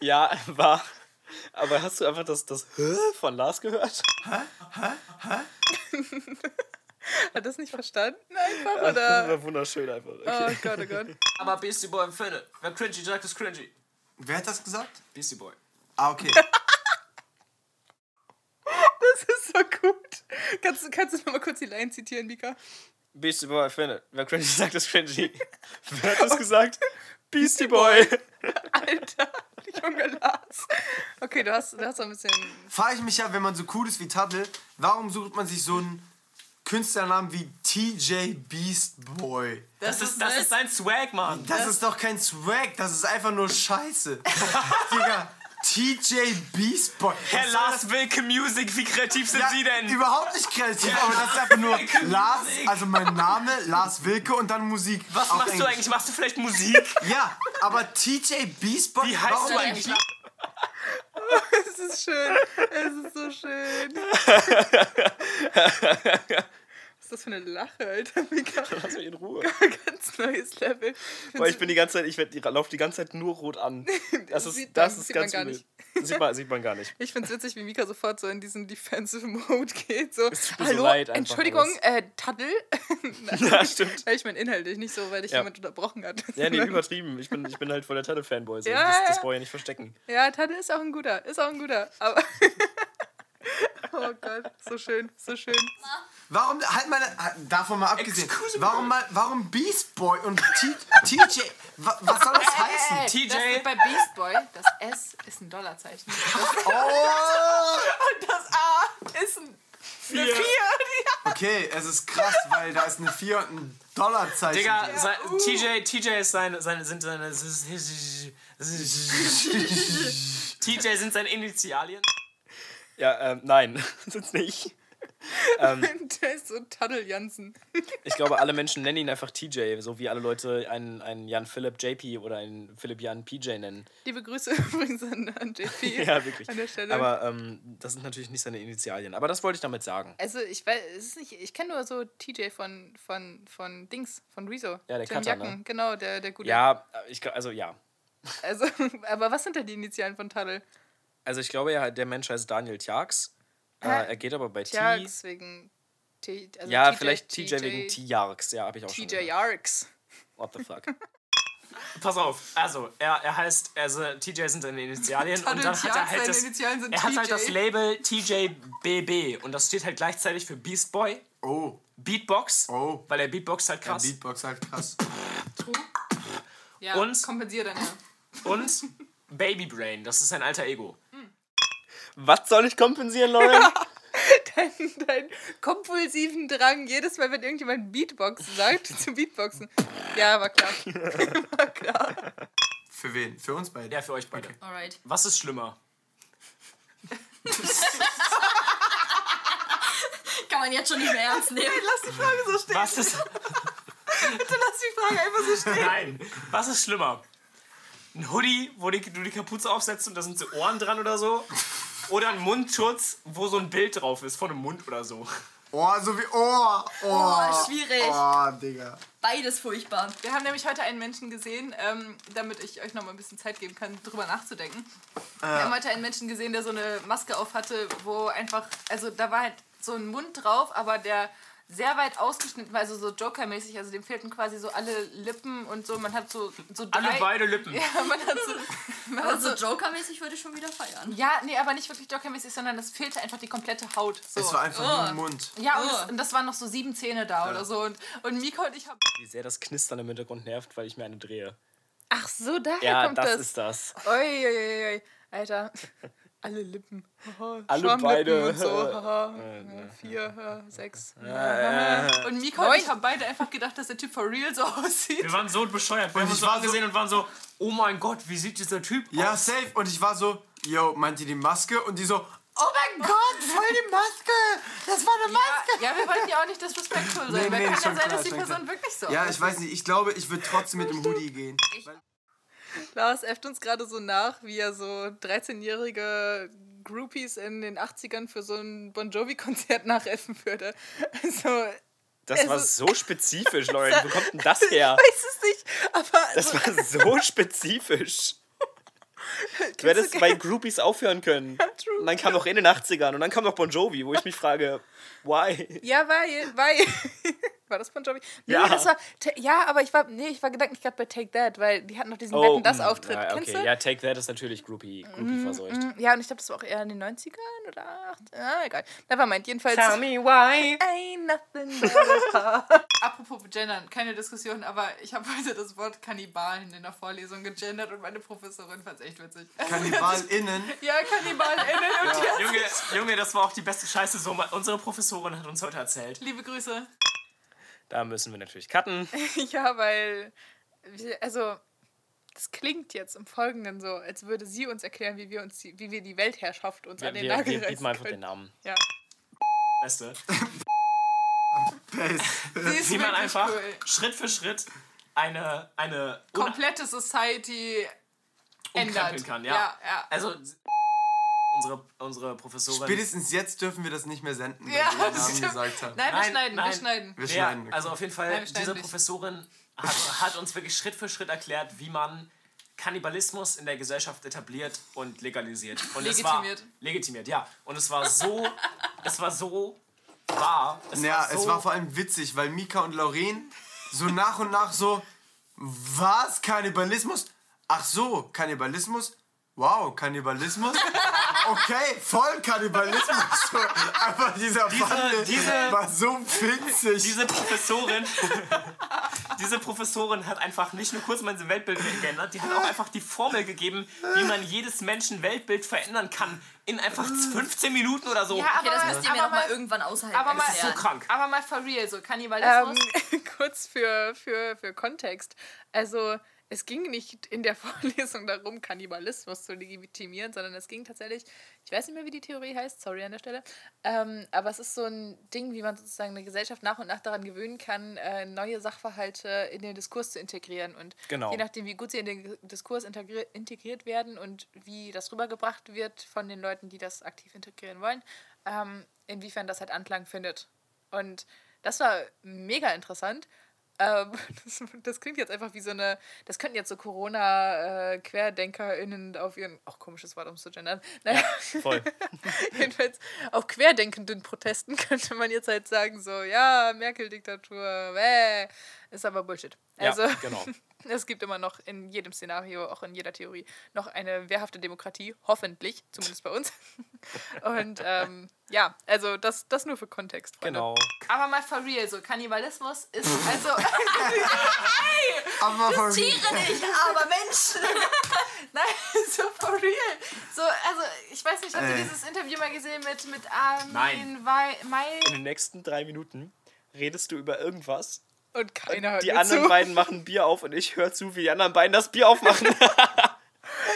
A: Ja, war. Aber hast du einfach das, das Hä von Lars gehört?
B: Hat das nicht verstanden einfach?
A: Das
B: Oder?
A: war wunderschön einfach. Okay.
B: Oh Gott, oh Gott.
A: Aber Äh, Beastie Boy empfinde. Wer cringy sagt, ist cringy.
C: Wer hat das gesagt?
A: Beastie Boy.
C: Ah, okay.
B: Das ist so gut. Kannst, du- kannst du nochmal kurz die Line zitieren, Mika?
A: Beastie Boy empfinde. Wer cringy sagt, ist cringy. Wer hat das gesagt? Beastie Boy.
B: Alter, Junge Lars. Okay, du hast, du hast so ein bisschen
C: frage ich mich ja, wenn man so cool ist wie Tuttle, warum sucht man sich so einen Künstlernamen wie TJ Beast Boy?
A: Das ist, das ist sein Swag, Mann.
C: Das ist doch kein Swag, das ist einfach nur Scheiße. Digga, TJ Beast Boy.
A: Herr Lars Wilke Music, wie kreativ sind
C: Ja,
A: Sie denn?
C: Überhaupt nicht kreativ, aber das ist einfach nur Lars, also mein Name, Lars Wilke und dann Musik.
A: Was
C: auf
A: machst du
C: Englisch.
A: eigentlich? Machst du vielleicht Musik?
C: Ja, aber TJ Beast Boy,
A: Wie heißt
B: Also
C: warum
A: du eigentlich?
B: Es ist schön. Es ist so schön. Was ist das für eine Lache, Alter? Mega.
A: Lass mich in Ruhe.
B: Ganz neues Level.
A: Boah, ich bin die ganze Zeit, ich, werd- ich laufe die ganze Zeit nur rot an. Das ist,
B: Sieht man-
A: das ist
B: sieht man
A: ganz
B: gar
A: übel.
B: nicht.
A: Sieht man, sieht man gar nicht.
B: Ich find's witzig, wie Mika sofort so in diesen Defensive Mode geht. So,
A: tut mir so
B: hallo,
A: leid einfach
B: Entschuldigung,
A: alles."
B: äh, Taddel.
A: Ja, stimmt.
B: ich meine inhaltlich, nicht so, weil dich
A: Ja.
B: jemand unterbrochen hat.
A: Ja, nee, übertrieben. Ich bin, ich bin halt voll der Tuttle-Fanboy. So.
B: Ja,
A: das, das
B: ja.
A: brauche ich ja nicht verstecken.
B: Ja, Taddel ist auch ein guter, ist auch ein guter. Aber oh Gott, so schön, so schön.
C: Warum, halt mal, davon mal abgesehen,
A: Excuse me.
C: warum, mal, warum Beast Boy und T- TJ, wa, was soll das heißen?
A: TJ. das wird
B: bei Beast Boy, das S ist ein Dollarzeichen.
C: Oh!
B: Das A ist ein
A: Vier.
C: Okay, es ist krass, weil da ist eine 4 und ein Dollarzeichen.
A: Digga,
C: drin.
A: sei-
B: uh.
A: TJ, TJ ist seine, seine, sind seine. es ist- es ist- es ist- TJ sind seine Initialien. Ja, ähm, nein, sind's nicht.
B: Der ist so Taddel Jansen.
A: Ich glaube, alle Menschen nennen ihn einfach TJ, so wie alle Leute einen, einen Jan Philipp JP oder einen Philipp Jan PJ nennen.
B: Liebe Grüße übrigens an, an JP.
A: Ja, wirklich.
B: An der Stelle.
A: Aber ähm, das sind natürlich nicht seine Initialien. Aber das wollte ich damit sagen.
B: also ich weiß, es ist nicht, ich kenne nur so TJ von, von, von Dings, von Rezo.
A: Ja, der
B: Tim
A: Cutter,
B: Jacken,
A: ne?
B: genau, der, der gute.
A: Ja, ich, gl- also ja.
B: Also, aber was sind denn die Initialen von Taddel?
A: Also ich glaube ja, der Mensch heißt Daniel Tjarks. Äh,
B: Hä?
A: er geht aber bei T.
B: Tjarks wegen T, also
A: Ja,
B: TJ
A: vielleicht TJ, wegen Tjarks. Ja, habe ich auch schon.
B: TJ
A: gehört.
B: Yarks.
A: What the fuck? Pass auf, also er, er heißt, also TJ sind seine Initialien und dann hat er halt das,
B: Initialen sind
A: er hat halt das Label TJBB und das steht halt gleichzeitig für Beast Boy,
C: Oh,
A: Beatbox,
C: Oh.
A: weil er Beatbox halt
C: der
A: krass
C: Beatbox halt krass.
B: Ja,
A: Und-
B: kompensier dann ja.
A: und Baby Brain, das ist sein alter Ego.
B: Hm.
A: Was soll ich kompensieren, Lauren?
B: deinen, deinen kompulsiven Drang, jedes Mal, wenn irgendjemand Beatbox sagt, zu Beatboxen. Ja, war klar. war klar.
C: Für wen? Für uns beide?
A: ja, für euch beide.
D: Alright.
A: Was ist schlimmer?
D: Kann man jetzt schon nicht mehr ernst nehmen.
B: Lass die Frage so stehen.
A: Was ist
B: Bitte lass die Frage einfach so stehen.
A: Nein, was ist schlimmer? Ein Hoodie, wo die, du die Kapuze aufsetzt und da sind so Ohren dran oder so? Oder ein Mundschutz, wo so ein Bild drauf ist von einem Mund oder so?
C: Oh, so wie. Oh, oh.
D: Oh, schwierig.
C: Oh, Digga.
D: Beides furchtbar.
B: Wir haben nämlich heute einen Menschen gesehen, ähm, damit ich euch noch mal ein bisschen Zeit geben kann, drüber nachzudenken.
C: Ah.
B: Wir haben heute einen Menschen gesehen, der so eine Maske auf hatte, wo einfach, also da war halt so ein Mund drauf, aber der sehr weit ausgeschnitten war, also so Joker-mäßig, also dem fehlten quasi so alle Lippen und so, man hat so, so drei...
A: Alle beide Lippen.
B: Ja, man hat so, man hat
D: Also
B: so
D: Joker-mäßig würde ich schon wieder feiern.
B: ja, nee, aber nicht wirklich Joker-mäßig, sondern es fehlte einfach die komplette Haut. So.
C: Es war einfach nur ein
D: Oh.
C: Mund.
B: ja, und, das,
D: Oh.
B: und das waren noch so sieben Zähne da oder so. Und, und Mika und ich haben.
A: Wie sehr das Knistern im Hintergrund nervt, weil ich mir eine drehe.
B: Ach so, daher
A: Ja,
B: kommt
A: das,
B: das.
A: ist das.
B: Oi, oi, oi, oi. Alter. Alle Lippen. Haha,
A: Alle
B: Schamlippen
A: beide.
B: Und so. Haha. Ja, Vier, ja, sechs. Und Mika und ich haben beide einfach gedacht, dass der Typ for real so aussieht.
A: Wir waren so bescheuert. Wir haben
C: ich
A: uns so
C: war so-
A: angesehen und waren so, oh mein Gott, wie sieht dieser Typ
C: Ja,
A: aus?
C: safe. Und ich war so, yo, meint ihr die Maske? Und die so, oh mein Gott, voll die Maske. Das war eine Maske.
B: Ja, wir wollten ja auch nicht disrespectful sein.
C: Nee,
B: weil
C: nee,
B: kann ja
C: schon
B: sein,
C: klar,
B: dass die
C: schon
B: Person
C: klar.
B: wirklich so
C: Ja, ich weiß nicht. Ich glaube, ich würde trotzdem mit dem Hoodie gehen.
B: Lars äfft uns gerade so nach, wie er so 13-jährige Groupies in den 80ern für so ein Bon Jovi-Konzert nachäffen würde. Also,
A: Das war
B: es-
A: so spezifisch, Lauren. Wo kommt denn das her?
B: ich weiß es nicht, aber
A: Das
B: so,
A: war so spezifisch. Du hättest bei Groupies aufhören können.
B: true.
A: Und dann kam noch in den 80ern und dann kam noch Bon Jovi, wo ich mich frage, why?
B: ja, weil, weil, war das Bon Jovi? Nee,
A: Ja.
B: das war, Ta- ja, aber ich war, nee, ich war gedanklich gerade bei Take That, weil die hatten noch diesen Wetten, das
A: mm,
B: Auftritt,
A: Ja,
B: kennst
A: okay.
B: du?
A: Ja, Take That ist natürlich Groupie, Groupie verseucht.
B: Mm, Ja, und ich glaube, das war auch eher in den 90ern oder 80 Ah, egal. Nevermind, jedenfalls.
A: me why.
B: Ain't nothing but a bar. Apropos gendern, keine Diskussion, aber ich habe heute das Wort Kannibalen in der Vorlesung gegendert und meine Professorin fand es echt witzig.
C: KannibalInnen.
B: Ja, KannibalInnen und ja.
A: Ah, Junge, Junge, das war auch die beste Scheiße. So, unsere Professorin hat uns heute erzählt.
B: Liebe Grüße.
A: Da müssen wir natürlich cutten.
B: Ja, weil, wir- also, das klingt jetzt im Folgenden so, als würde sie uns erklären, wie wir, uns die, wie wir die Weltherrschaft uns
A: Wir,
B: an den
A: wir,
B: Nagel
A: wir bieten
B: reißen
A: mal einfach den
B: können.
A: Namen.
B: Ja.
A: Beste.
B: Sie ist
A: Wie man
B: wirklich
A: einfach
B: cool.
A: Schritt für Schritt eine, eine un-
B: komplette Society
A: umkrempeln
B: ändert.
A: kann. Ja.
B: ja, ja.
A: Also, unsere, unsere Professorin.
C: Spätestens jetzt dürfen wir das nicht mehr senden, wenn
B: Ja,
C: wir den
B: das
C: Namen
B: stimmt.
C: gesagt haben.
B: Nein, wir
A: Nein,
B: schneiden,
A: nein.
B: wir schneiden.
C: Wir
A: Ja,
C: schneiden.
A: also auf jeden Fall,
B: Nein, wir schneiden
A: diese
B: nicht.
A: Professorin hat, hat uns wirklich Schritt für Schritt erklärt, wie man Kannibalismus in der Gesellschaft etabliert und legalisiert. Und Es
B: Legitimiert.
A: war, legitimiert, ja. Und es war so, es war so wahr. Es
C: ja,
A: war so,
C: es war vor allem witzig, weil Mika und Lauren so nach und nach so, was, Kannibalismus? Ach so, Kannibalismus? Wow, Kannibalismus? Okay, voll Kannibalismus. So, Einfach dieser Wandel
A: diese-
C: war so witzig.
A: diese Professorin, diese Professorin hat einfach nicht nur kurz mein Weltbild geändert, die hat auch einfach die Formel gegeben, wie man jedes Menschen Weltbild verändern kann in einfach 15 Minuten oder so.
B: Ja,
D: Okay,
B: aber,
D: das müsst ihr mir
B: aber,
D: nochmal
B: mal,
D: irgendwann aushalten.
B: aber mal-
A: das ist so
D: erklären.
A: krank.
B: aber Ähm. mal for real, so Kannibalismus. kurz für, für, für Kontext. Also, es ging nicht in der Vorlesung darum, Kannibalismus zu legitimieren, sondern es ging tatsächlich, ich weiß nicht mehr, wie die Theorie heißt, sorry an der Stelle, ähm, aber es ist so ein Ding, wie man sozusagen eine Gesellschaft nach und nach daran gewöhnen kann, äh, neue Sachverhalte in den Diskurs zu integrieren. Und
A: Genau.
B: je nachdem, wie gut sie in den Diskurs integri integriert werden und wie das rübergebracht wird von den Leuten, die das aktiv integrieren wollen, ähm, inwiefern das halt Anklang findet. Und das war mega interessant. Ähm, das, das klingt jetzt einfach wie so eine, das könnten jetzt so Corona-QuerdenkerInnen auf ihren, auch komisches Wort, um es zu gendern, naja,
A: Voll.
B: jedenfalls auf querdenkenden Protesten könnte man jetzt halt sagen, so, ja, Merkel-Diktatur, äh, ist aber Bullshit. Also,
A: ja, genau.
B: es gibt immer noch in jedem Szenario, auch in jeder Theorie, noch eine wehrhafte Demokratie, hoffentlich, zumindest bei uns. Und ähm, ja, also das, das nur für Kontext. Freunde.
A: Genau.
B: Aber mal for real, so Kannibalismus ist also
C: Aber for
D: Tiere nicht, aber Menschen.
B: nein, so for real. So, also ich weiß nicht, habt ihr
C: Äh.
B: dieses Interview mal gesehen mit, mit Armin
A: Nein.
B: Wei- Mai?
A: In den nächsten drei Minuten redest du über irgendwas.
B: Und keiner hört
A: Die
B: mir
A: anderen
B: zu.
A: beiden machen Bier auf und ich höre zu, wie die anderen beiden das Bier aufmachen.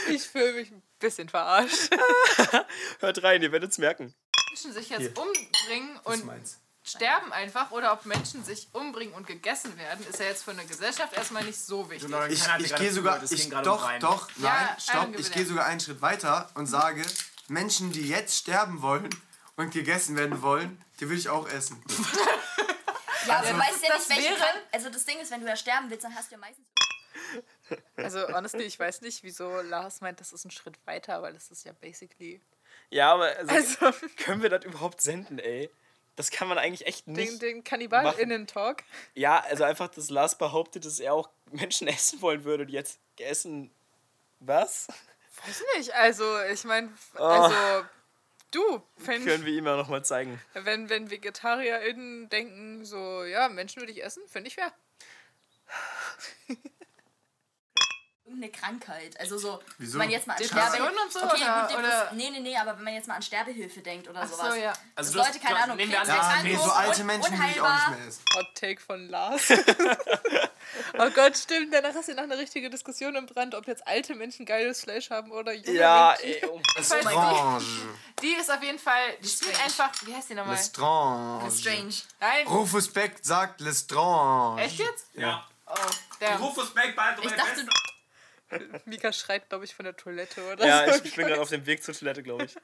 B: Ich fühle mich ein bisschen verarscht.
A: Hört rein, ihr werdet es merken.
B: Menschen sich jetzt umbringen
C: Das ist
B: und
C: meins.
B: sterben einfach oder ob Menschen sich umbringen und gegessen werden, ist ja jetzt für eine Gesellschaft erstmal nicht so wichtig.
A: Genau.
C: Ich,
A: Keiner hat dir
C: ich
A: gerade
C: gehe sogar,
A: zugehört, es ging
C: ich,
A: gerade
C: doch,
A: um Wein.
C: doch,
B: Ja,
C: nein,
B: Ahnung,
C: stopp.
B: gib
C: Ich
B: mir
C: gehe
B: den.
C: sogar einen Schritt weiter und sage, Menschen, die jetzt sterben wollen und gegessen werden wollen, die will ich auch essen.
D: Ja, aber du weißt ja
B: das
D: nicht, welche
B: wäre-
D: Krank Also das Ding ist, wenn du ja sterben willst, dann hast du ja meistens...
B: Also honestly, ich weiß nicht, wieso Lars meint, das ist ein Schritt weiter, weil das ist ja basically
A: Ja, aber also,
B: Also-
A: können wir das überhaupt senden, ey? Das kann man eigentlich echt nicht.
B: den, den Kannibalinnen-Talk.
A: Ja, also einfach, dass Lars behauptet, dass er auch Menschen essen wollen würde und jetzt essen. Was?
B: Weiß nicht, also ich meine, also du, wenn,
A: Ah. Können wir ihm ja nochmal zeigen.
B: wenn, wenn VegetarierInnen denken, so, ja, Menschen würde ich essen, finde ich fair.
D: Irgendeine Krankheit. Also so,
C: Wieso?
D: wenn man jetzt mal an
B: Depression
D: Sterbe...
B: und so,
D: Okay,
B: oder-
D: gut, Depres-
B: oder-
D: Nee, nee, nee, aber wenn man jetzt mal an Sterbehilfe denkt oder
B: so,
D: sowas.
B: ja.
A: Also
D: Also
A: du hast-
D: Leute, keine
A: du-
D: Ahnung,
A: nehmen wir an,
D: Krebs,
C: Ja,
A: Erkrankung
C: nee, so
D: Erkrankung,
C: alte Menschen will ich auch
D: unheilbar.
C: nicht mehr essen.
B: Hot-Take von Lars. oh Gott, stimmt, danach hast du noch eine richtige Diskussion im Brand, ob jetzt alte Menschen geiles Fleisch haben oder junge
A: Ja,
B: Menschen.
A: ey, oh,
C: Strange.
B: Die ist auf jeden Fall, die spielt
D: Strange.
B: einfach, wie heißt die nochmal?
C: Lestrange.
D: Strange.
B: Nein,
C: Rufus Beck sagt Lestrange.
B: echt jetzt?
A: ja.
B: Oh, der
A: Rufus Beck bald
D: Ich dachte, du-
B: Mika schreit, glaube ich, von der Toilette oder
A: Ja,
B: so.
A: ich bin gerade auf dem Weg zur Toilette, glaube ich.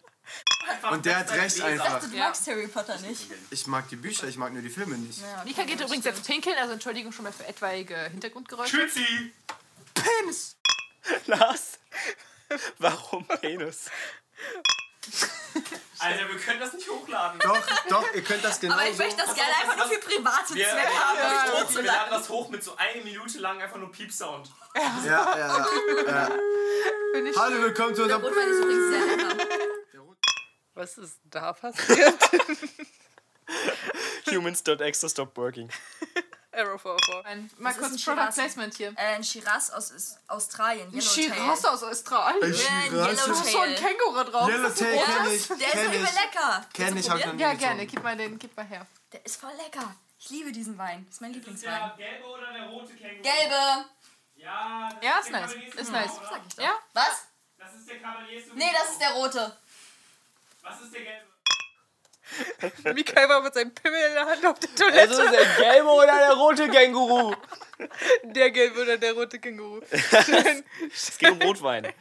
C: Und der hat recht einfach.
D: du
B: Ja.
D: magst Harry Potter nicht.
C: Ich mag die Bücher, ich mag nur die Filme nicht.
B: Mika geht übrigens jetzt pinkeln, also Entschuldigung schon mal für etwaige Hintergrundgeräusche.
A: Tschüssi! Penis! Lars! Warum Penis? Alter, wir können das nicht hochladen.
C: Doch, doch, ihr könnt das genau
D: Aber ich möchte das gerne einfach nur für private
A: Wir,
D: Zwecke haben. um mich
A: wir
D: hochzuladen.
A: laden das hoch mit so einer Minute lang einfach nur Piepsound.
C: Ja, ja, ja. Hallo, willkommen zu unserem...
D: Rotwein ist übrigens sehr lecker.
B: Was ist da passiert?
A: Humans.exe stop working.
B: Arrow 404. Mal
D: Das ist ein
B: kurz Product
D: Shiraz.
B: Placement hier.
D: Äh, ein Shiraz aus Is- Australien.
B: Ein
D: Yellowtail.
B: Shiraz aus Australien.
D: Ja, ein
C: Shiraz.
B: Da ist so ein
D: Yellowtail.
B: Känguru drauf.
C: Yellowtail
D: Ja,
C: kenne ich,
D: Der ist
C: kenne
D: übel
C: ich.
D: lecker.
C: Kenne ich, hab ich noch nie
B: Ja,
C: getrunken.
D: genau.
B: gerne. Gib mal den, gib mal her.
D: Der ist voll lecker. Ich liebe diesen Wein. Das ist mein Lieblingswein.
A: Der gelbe oder der rote Känguru?
D: Gelbe.
A: Ja, das
B: Ja,
A: der
B: ist nice.
A: Kavaliersmund,
B: Ist nice.
A: oder?
D: Sag ich doch.
B: Ja?
D: Was?
A: Das ist der Kavaliersmund.
D: Nee, das ist der rote.
A: Was ist der gelbe?
B: Mikael Äh, war mit seinem Pimmel in der Hand auf der Toilette.
A: Also ist der gelbe oder der rote Känguru?
B: der gelbe oder der rote Känguru.
A: Es geht um Rotwein.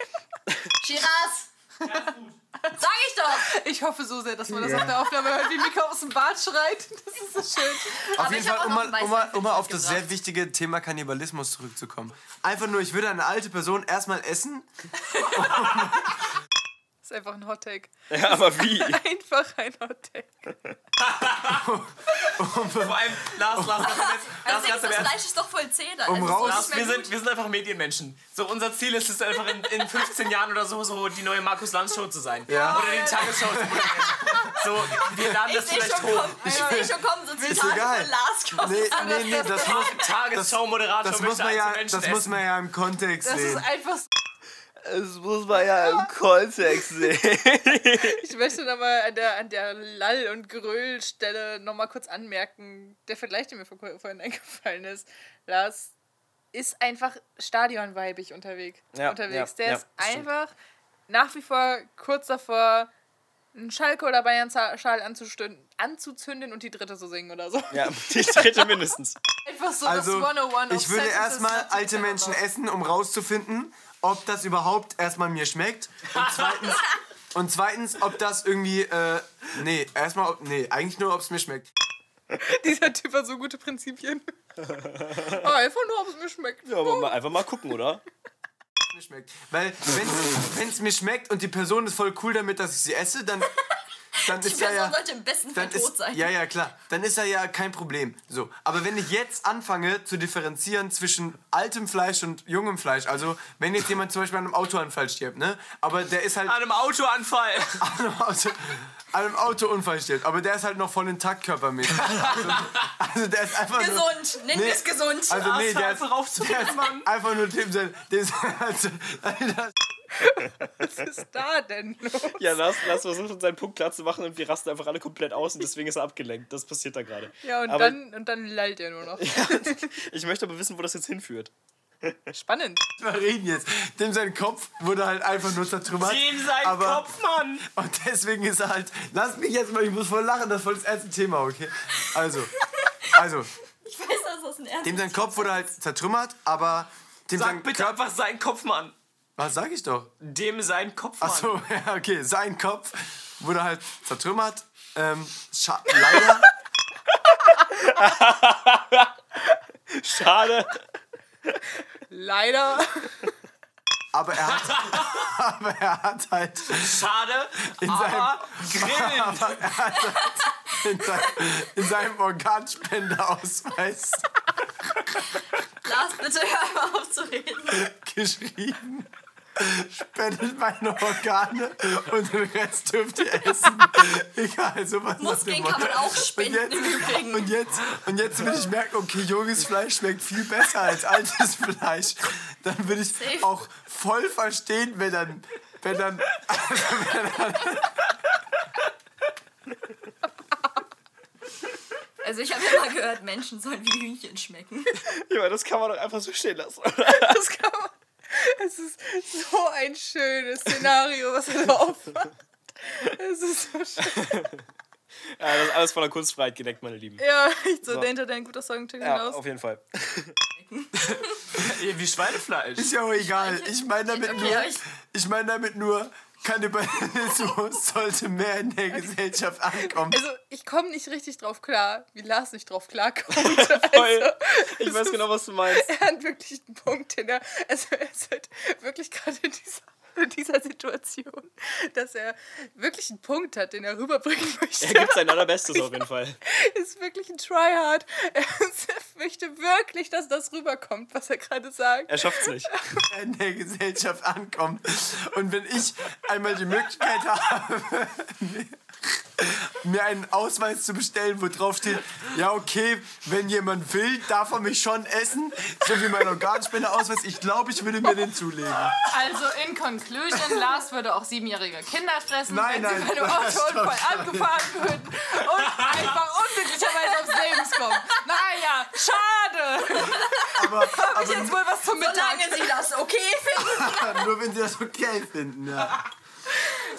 D: Shiraz. Sag ich doch.
B: Ich hoffe so sehr, dass man das
C: Ja.
B: auf der Aufnahme hört, wie Mika aus dem Bad schreit. Das ist so schön.
C: Auf
D: Aber
C: jeden
D: ich hab
C: Fall,
D: auch
C: um
D: noch
C: mal,
D: einen
C: um, mal,
D: Weißwein
C: um mal auf das
D: mitgebracht.
C: sehr wichtige Thema Kannibalismus zurückzukommen. Einfach nur, ich würde eine alte Person erstmal essen.
B: Das ist einfach ein Hottake.
A: Ja, aber wie?
B: Einfach ein Hottake.
A: Vor allem, Lars, Lars, Lars, Lars, Lars,
D: Das,
A: Lars, Lars,
D: das
A: Lars,
D: Fleisch Also ist doch voll zäh.
C: Um raus-
A: Lars wir, sind, wir sind einfach Medienmenschen. So, unser Ziel ist es einfach in, in 15 Jahren oder so, so die neue Markus Lanz Show zu sein.
C: Ja.
A: Oder die Tagesschau zu moderieren. So, wir laden das
D: Ich sehe
A: vielleicht
D: schon
A: hoch.
D: kommen. Ich sehe schon kommen, so Zitate
C: egal.
D: von Lars kommen.
C: Nee, nee, nee, das muss,
A: Tagesschau-Moderator
C: das muss, man, ja, das muss man ja im Kontext
B: Das ist
C: sehen.
B: einfach.
A: Das muss man ja im Kontext sehen.
B: Ich möchte nochmal an der, an der Lall- und Gröl-Stelle nochmal kurz anmerken, der Vergleich, der mir vor, vorhin eingefallen ist. Lars ist einfach stadionweibig unterwegs.
E: Ja,
B: unterwegs.
E: ja,
B: Der
E: ja,
B: ist
E: das stimmt.
B: einfach nach wie vor kurz davor, einen Schalke oder Bayern-Schal anzuzünden, anzuzünden und die dritte zu singen oder so.
E: Ja, die dritte mindestens.
B: Einfach so
C: Also,
B: das 101
C: ich würde erstmal alte Menschen essen, um rauszufinden, ob das überhaupt erstmal mir schmeckt. Und zweitens, und zweitens ob das irgendwie. Äh, nee, erstmal. ob- Nee, eigentlich nur, ob es mir schmeckt.
B: Dieser Typ hat so gute Prinzipien. oh, einfach nur, ob es mir schmeckt.
E: Ja, aber mal, einfach mal gucken, oder?
C: Mir schmeckt. Weil, wenn es mir schmeckt und die Person ist voll cool damit, dass ich sie esse, dann. Dann
D: Die
C: ist da
D: Person
C: ja.
D: sollte im besten Fall
C: Dann
D: tot
C: ist,
D: sein.
C: ja, ja, klar. Dann ist da ja kein Problem. So. Aber wenn ich jetzt anfange zu differenzieren zwischen altem Fleisch und jungem Fleisch, also wenn jetzt jemand zum Beispiel an einem Autounfall stirbt, ne? Aber der ist halt
A: An einem Autoanfall.
C: an einem, Auto, an einem Autounfall steht. Aber der ist halt noch voll intakt körpermäßig. Also, also der ist einfach nur...
D: Gesund, nenn
C: Nee.
D: es gesund.
C: Also nee, der ist,
A: Also
C: der
A: raufzunehmen,
C: ist
A: Mann.
C: einfach nur dem sein... Dem sein also, das,
B: Was ist da denn los?
E: Ja, Lars, Lars versucht uns seinen Punkt klar zu machen und wir rasten einfach alle komplett aus und deswegen ist er abgelenkt. Das passiert da gerade.
B: Ja, und
E: aber
B: dann, und dann lallt er nur noch.
E: Ich möchte aber wissen, wo das jetzt hinführt.
B: Spannend.
C: wir reden jetzt. Dem sein Kopf wurde halt einfach nur zertrümmert.
A: Dem sein
C: aber,
A: Kopf, Mann.
C: Und deswegen ist er halt... Lass mich jetzt mal, ich muss voll lachen, das ist voll das erste Thema, okay? Also, also,
D: Ich weiß, dass das ein Ernst
C: dem sein Kopf wurde halt zertrümmert, aber... Dem sein
A: Sag bitte
C: Körper...
A: einfach sein Kopf, Mann.
C: Was sag ich doch?
A: Dem sein Kopf, Mann.
C: Ach so, ja, okay. Sein Kopf wurde halt zertrümmert. Ähm, scha- leider.
E: Schade.
B: Leider.
C: Aber er hat, aber er hat halt
A: Schade, aber grillen.
C: halt in, sein, in seinem Organspenderausweis
D: Lars, bitte hör mal auf zu reden.
C: geschrieben. Spendet meine Organe und den Rest dürft ihr essen. Egal, sowas. nach dem
D: Muskeln kann
C: Motto.
D: man auch
C: Und
D: spenden im
C: jetzt,
D: Übrigen.
C: und jetzt, und jetzt würde ich merken, okay, junges Fleisch schmeckt viel besser als altes Fleisch. Dann würde ich
D: Safe.
C: auch voll verstehen, wenn dann, wenn dann,
D: Also ich habe ja mal gehört, Menschen sollen wie Hühnchen schmecken.
E: Ja, das kann man doch einfach so stehen lassen.
B: Das kann man. Es ist so ein schönes Szenario, was er da aufmacht. Es ist so schön.
E: Ja, das ist alles von der Kunstfreiheit gedeckt, meine Lieben.
B: Ja, ich so,
E: So.
B: dahinter dein guter Song Chicken
E: Ja,
B: hinaus.
E: auf jeden Fall.
A: Wie Schweinefleisch.
C: ist ja auch egal. Ich meine damit
D: Okay,
C: nur,
D: aber ich,
C: ich meine damit nur, Kannibalismus sollte mehr in der Gesellschaft ankommen.
B: Also, ich komme nicht richtig drauf klar, wie Lars nicht drauf klarkommt. Also,
E: Voll. Ich weiß genau, was du meinst.
B: er hat wirklich einen Punkt, den er. Also, er ist halt wirklich gerade in dieser, in dieser Situation, dass er wirklich einen Punkt hat, den er rüberbringen möchte.
E: Er gibt sein allerbestes auf jeden Fall.
B: ist wirklich ein Tryhard. Er möchte wirklich, dass das rüberkommt, was er gerade sagt.
E: Er schafft's nicht.
C: in der Gesellschaft ankommen. Und wenn ich einmal die Möglichkeit habe, mir- mir einen Ausweis zu bestellen, wo drauf steht, ja okay, wenn jemand will, darf er mich schon essen, so wie mein Organspendeausweis. Ich glaube, ich würde mir den zulegen.
B: Also in Conclusion, Lars würde auch siebenjährige Kinder fressen,
C: Nein,
B: wenn sie
C: nein,
B: bei einem
C: das
B: Autounfall angefahren würden und einfach unglücklicherweise aufs Leben kommen. Naja, schade.
C: Aber,
B: Ich jetzt wohl was zum Mittag.
D: solange sie das okay finden.
C: aber nur wenn sie das okay finden. Ja.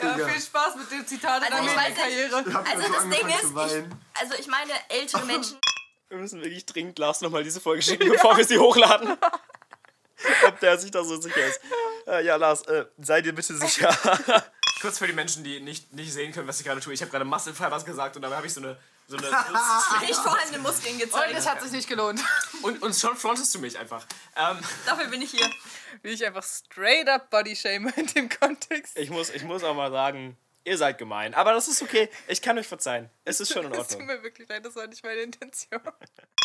B: Ja, viel Spaß mit dem Zitat in
D: Also
B: der
D: ich weiß nicht-
B: Medienkarriere.
C: hab
D: Also
C: so
D: das Ding
C: angefangen
D: ist,
C: zu
D: ich,
C: weinen.
D: also ich meine ältere Menschen.
E: Wir müssen wirklich dringend Lars nochmal diese Folge schicken, bevor wir sie hochladen. Ob der sich da so sicher ist. Äh, ja, Lars, äh, sei dir bitte sicher.
A: Kurz für die Menschen, die nicht, nicht sehen können, was ich gerade tue. Ich habe gerade Muscle Fibers was gesagt und dabei habe ich so eine. So eine
D: Nicht vorhandene Muskeln
B: Und
D: gezeigt.
B: es hat sich nicht gelohnt.
A: und, und schon frontest du mich einfach. Ähm,
D: Dafür bin ich hier.
B: Wie ich einfach straight up Body Shame in dem Kontext.
E: Ich muss, ich muss auch mal sagen, ihr seid gemein. Aber das ist okay. Ich kann euch verzeihen. Es ist schon in
B: Es tut
E: Ordnung.
B: mir wirklich leid, das war nicht meine Intention.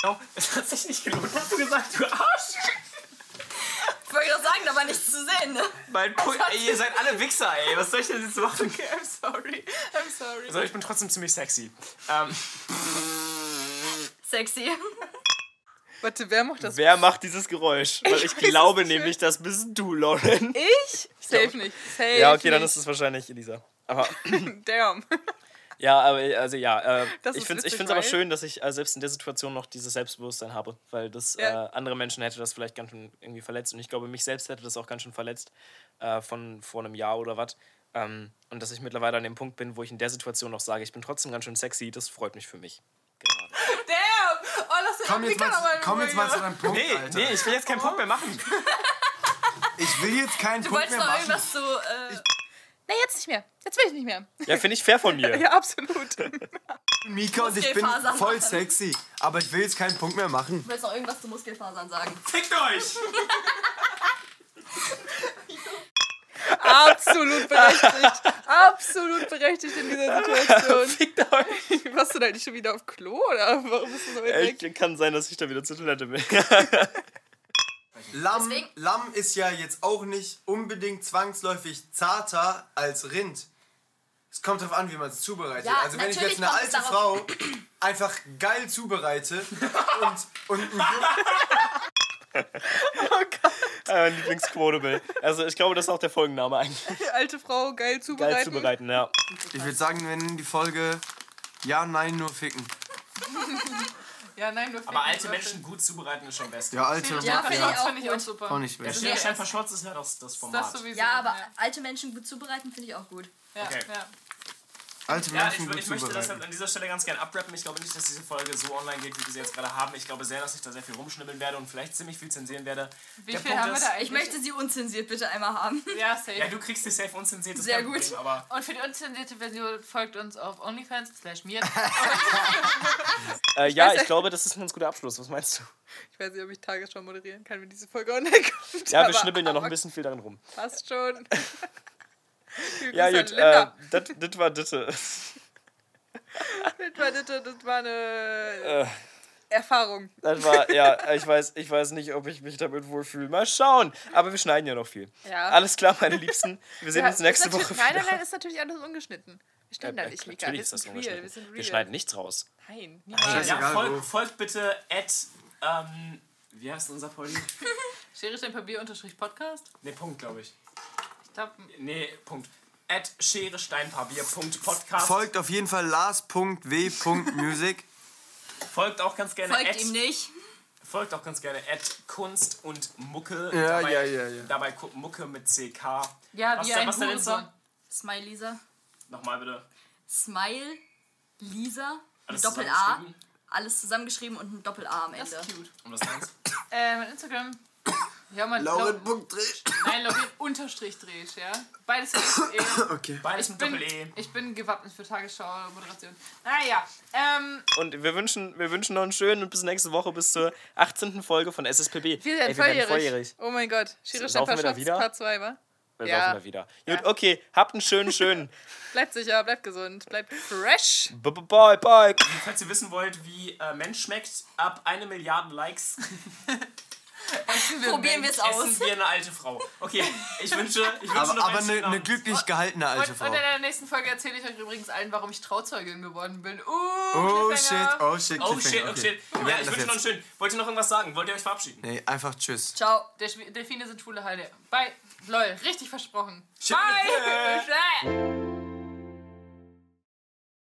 A: genau, es hat sich nicht gelohnt. Hast du gesagt, du Arsch?
D: Ich wollte gerade sagen, da war nichts zu sehen. Ne?
A: Mein Pu ey, ihr seid alle Wichser, ey. Was soll ich denn jetzt machen?
B: Okay, I'm sorry. I'm sorry.
A: Also, ich bin trotzdem ziemlich sexy. Ähm,
D: Sexy.
B: Warte, wer macht das?
E: Wer macht dieses Geräusch? Weil ich,
B: weiß es
E: glaube
B: nicht.
E: nämlich, das bist du, Lauren.
B: Ich? Safe nicht. Safe
E: Ja, okay, dann
B: nicht.
E: ist Oh, es wahrscheinlich Elisa. Aber
B: Damn.
E: Ja, aber also ja, äh,
B: Das
E: ich
B: ist
E: finde es
B: witzig,
E: find's aber
B: weil-
E: schön, dass ich äh, selbst in der Situation noch dieses Selbstbewusstsein habe, weil das
B: Ja.
E: äh, andere Menschen hätte das vielleicht ganz schön irgendwie verletzt und ich glaube, mich selbst hätte das auch ganz schön verletzt äh, von vor einem Jahr oder was. Ähm, und dass ich mittlerweile an dem Punkt bin, wo ich in der Situation noch sage, ich bin trotzdem ganz schön sexy, das freut mich für mich. Gerade.
B: Damn! Oh, lass den
C: Komm jetzt,
B: Amerikaner
C: mal,
B: mal
C: komm jetzt mal zu
B: rüber.
C: deinem Punkt,
A: Nee,
C: Alter.
A: nee, ich will jetzt keinen Punkt mehr machen.
C: Ich will jetzt keinen
D: Du
C: Punkt
D: wolltest
C: mehr
D: noch
C: machen.
D: irgendwas so. Äh,
B: Nee, jetzt nicht mehr. Jetzt will ich nicht mehr.
E: Ja, finde ich fair von mir.
B: Ja, absolut.
C: Mika und ich bin
D: Muskelfasern
C: voll
D: machen.
C: sexy, aber ich will jetzt keinen Punkt mehr machen.
D: du willst noch irgendwas zu Muskelfasern sagen.
A: Fickt euch!
B: absolut berechtigt. Absolut berechtigt in dieser Situation.
E: Fickt euch.
B: Warst du da nicht schon wieder auf Klo oder warum bist du so weit weg?
E: Echt, Äh, kann sein, dass ich da wieder zur Toilette bin.
C: Lamm,
D: Deswegen-
C: Lamm ist ja jetzt auch nicht unbedingt zwangsläufig zarter als Rind. Es kommt darauf an, wie man es zubereitet.
D: Ja,
C: also wenn ich
D: natürlich
C: jetzt eine
D: kommt es
C: alte Frau einfach geil zubereite und, und ein
E: äh, Lieblingsquote, Bill. Also ich glaube, das ist auch der Folgenname eigentlich.
B: Die alte Frau geil zubereiten.
E: Geil zubereiten, ja.
C: Ich würde sagen, wir nennen die Folge Ja, Nein, nur ficken.
B: Ja, nein, nur
A: Aber alte Menschen gut zubereiten ist schon best.
C: Ja, alte
D: Ja, finde ich
B: Das
D: auch
B: finde ich auch
D: gut.
B: super.
C: auch nicht
A: Der
C: weg.
A: Schere Stein Verschmutz ist ja das, das Format.
B: Also Das sowieso.
D: Ja, aber
B: Ja,
D: alte Menschen gut zubereiten finde ich auch gut.
B: ja,
A: Okay.
B: ja.
C: Alte
A: Ja, ich,
C: Menschen gut
A: ich möchte das
C: zubereiten.
A: an dieser Stelle ganz gerne abrappen. Ich glaube nicht, dass diese Folge so online geht, wie wir sie jetzt gerade haben. Ich glaube sehr, dass ich da sehr viel rumschnibbeln werde und vielleicht ziemlich viel zensieren werde.
B: Wie
A: Der
B: viel
A: Punkt
B: haben wir
A: ist-
B: da eigentlich?
D: Ich möchte sie unzensiert bitte einmal haben.
B: Ja, safe.
A: Ja, du kriegst dich safe unzensiert. das ist
D: Sehr
A: kein
D: gut.
A: Problem, aber
B: Und für die unzensierte Version folgt uns auf OnlyFans slash mir.
E: Äh, ja,
B: Oh, weiß
E: ich
B: nicht.
E: glaube, das ist ein ganz guter Abschluss. Was meinst du?
B: Ich weiß nicht, ob ich Tagesschau moderieren kann, wenn diese Folge online kommt.
E: Ja, wir
B: aber-
E: schnippeln ja noch ein
B: aber
E: bisschen viel darin rum.
B: Passt schon.
E: Ja, gut, äh,
B: Linda.
E: das war Ditte.
B: Das war, das, das war eine
E: Äh,
B: Erfahrung.
E: das war, ja, ich weiß, ich weiß nicht, ob ich mich damit wohlfühle. Mal schauen. Aber wir schneiden ja noch viel.
B: Ja.
E: Alles klar, meine Liebsten. Wir sehen
B: Ja,
E: uns nächste
B: ist natürlich-
E: Woche
B: Nein,
E: wieder.
B: nein, nein, ist natürlich alles ungeschnitten. Wir stehen da
E: Äh,
B: nicht, Mika.
E: Natürlich
B: Wir
E: ist das
B: sind real. Wir sind
E: ungeschnitten.
B: real.
E: Wir schneiden nichts raus.
B: Nein, niemals.
A: ja,
C: Scheißegal, wo.
A: folgt, folgt bitte at, ähm, wie heißt unser Poli?
B: Schere Stein Papier unterstrich Podcast.
A: Ne, Punkt, glaube ich.
B: Ich glaube,
A: Nee, Punkt. At Schere Stein Papier Punkt Podcast.
C: Folgt auf jeden Fall Lars.w.music.
A: Folgt auch ganz gerne
D: Folgt
A: at,
D: ihm nicht.
A: folgt auch ganz gerne at Kunst und Mucke.
C: Ja,
A: dabei,
C: ja, ja, ja.
A: Dabei Ku- Mucke mit CK.
B: ja,
A: Was
B: wie
A: denn-
B: ein
A: was denn jetzt
B: Hurensohn.
D: Smile Lisa.
A: Nochmal bitte.
D: Smile Lisa.
A: Alles
D: Mit Doppel A.
A: zusammengeschrieben?
D: Alles zusammengeschrieben und ein Doppel A am
B: Das
D: Ende.
B: ist cute.
A: Und was sonst?
B: Ähm, Instagram. Ja, man. Lau-
C: Lauren.dreht.
B: Nein, Laurin unterstrich dreht, ja. Beides ist eh.
C: Okay.
A: Beides
B: Ich
A: mit E.
B: bin,
A: Doppel-E.
B: ich bin gewappnet für Tagesschau-Moderation. Naja, ähm,
E: Und wir wünschen, wir wünschen noch einen schönen und bis nächste Woche, bis zur 18. Folge von SSPB.
B: wir sind
E: Ey,
B: volljährig. Oh mein Gott, Schere
E: Laufen
B: Stein
E: wir da
B: Verschwatz,
E: wieder?
B: Part 2, wa?
E: Wir
B: Ja.
E: laufen da wieder. Gut, okay. Habt einen schönen, schönen.
B: Bleibt sicher, bleibt gesund, bleibt fresh.
E: B- b- Bye, bye.
A: Also, Falls ihr wissen wollt, wie äh, Mensch schmeckt, ab eine Milliarde Likes
D: Probieren wir es aus.
A: essen wir eine alte Frau. Okay, ich wünsche, ich wünsche noch
C: Aber,
A: genau.
C: aber
A: einen schönen
C: eine, eine
A: Abend.
D: Oh,
C: glücklich gehaltene
B: Und,
C: alte
B: und in
C: Frau.
B: der nächsten Folge erzähle ich euch übrigens allen, warum ich Trauzeugin geworden bin. Uh,
C: Oh
B: Cliffhanger.
C: shit, oh shit,
A: Oh
C: Cliffhanger,
A: shit, oh
C: okay.
A: shit.
C: Wir
A: Ja,
C: merken
A: ich
C: das
A: wünsche noch einen
C: jetzt.
A: schönen. Wollt ihr noch irgendwas sagen? Wollt ihr euch verabschieden?
C: Nee, einfach tschüss.
D: Ciao.
B: Der Schw- Delfine sind schwule Heide. Bye. Lol, richtig versprochen.
A: Shit.
B: Bye.